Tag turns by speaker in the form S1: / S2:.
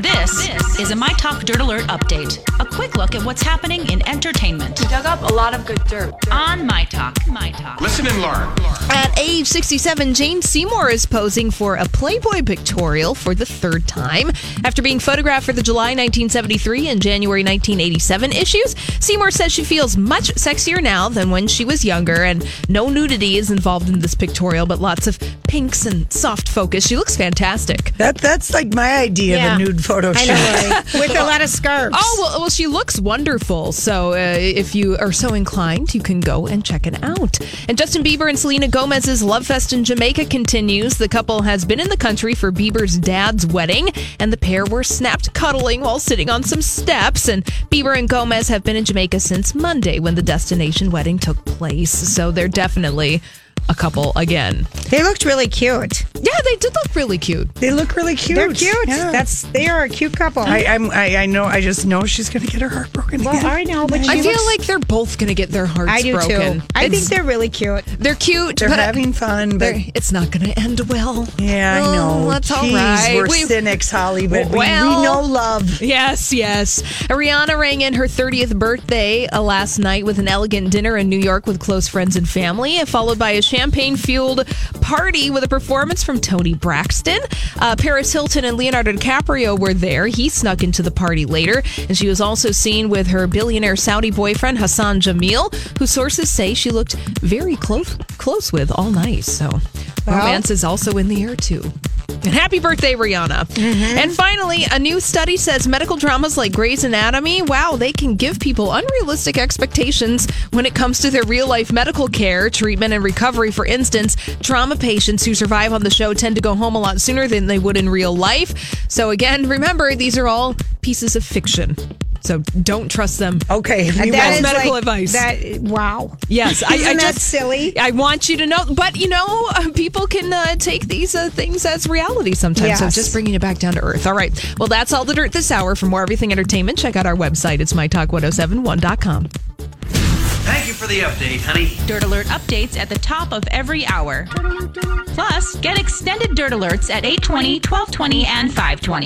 S1: This is a My Talk Dirt Alert update. A quick look at what's happening in entertainment
S2: We dug up a lot of good dirt.
S1: on My Talk. My Talk.
S3: Listen and learn.
S4: At age 67, Jane Seymour is posing for a Playboy pictorial for the third time. After being photographed for the July 1973 and January 1987 issues, Seymour says she feels much sexier now than when she was younger, and no nudity is involved in this pictorial, but lots of pinks and soft focus. She looks fantastic.
S5: That that's like my idea
S6: Yeah.
S5: of a nude photo
S6: I
S5: shoot.
S6: know, right? with a lot of scarves.
S4: Oh, well, well she looks wonderful. So uh, if you are so inclined, you can go and check it out. And Justin Bieber and Selena Gomez's Love Fest in Jamaica continues. The couple has been in the country for Bieber's dad's wedding, and the pair were snapped cuddling while sitting on some steps. And Bieber and Gomez have been in Jamaica since Monday when the destination wedding took place. So they're definitely a couple again.
S6: they looked really cute.
S4: Yeah, they did look really cute.
S5: They look really cute.
S6: They're cute.
S5: Yeah.
S6: That's they are a cute couple.
S4: mm.
S5: I, I'm I, I know I just know she's gonna get her heart broken.
S6: well,
S5: again.
S6: I know, but
S4: I
S6: she
S4: feel
S6: looks-
S4: like they're both going to get their hearts
S6: I do
S4: broken.
S6: too. I
S4: It's-
S6: think they're really cute.
S4: they're cute.
S5: They're
S4: but I-
S5: having fun, but
S4: There- it's not going to end well.
S5: yeah,
S4: Oh,
S5: I know.
S4: That's all
S5: Jeez,
S4: right.
S5: We're
S4: We-
S5: cynics, Holly, but we- we,
S4: Well-
S5: know love.
S4: Yes, yes. Ariana rang in her 30th birthday uh, last night with an elegant dinner in New York with close friends and family, uh, followed by a champagne fueled party with a performance from Tony Braxton. Uh, Paris Hilton and Leonardo DiCaprio were there. He snuck into the party later, and she was also seen with her billionaire Saudi boyfriend, Hassan Jamil, who sources say she looked very close, close with all night. So, romance is also in the air, too. And happy birthday, Rihanna. And finally, a new study says medical dramas like Grey's Anatomy, wow, they can give people unrealistic expectations when it comes to their real life medical care, treatment, and recovery. For instance, trauma patients who survive on the show tend to go home a lot sooner than they would in real life. So, again, remember, these are all pieces of fiction. So don't trust them.
S5: Okay, we
S6: That
S4: That's
S6: is
S5: will.
S4: medical advice.
S6: That wow.
S4: Yes, I,
S6: Isn't
S4: I
S6: that
S4: just,
S6: silly?
S4: I want you to know, but you know, uh, people can uh, take these uh, things as reality sometimes. So
S6: Yes.
S4: just bringing it back down to earth. All right. Well, that's all the dirt this hour. For more everything entertainment, check out our website. It's mytalk1071.com.
S7: Thank you for the update, honey.
S1: Dirt Alert updates at the top of every hour. Plus, get extended Dirt Alerts at 820, 1220, and 520.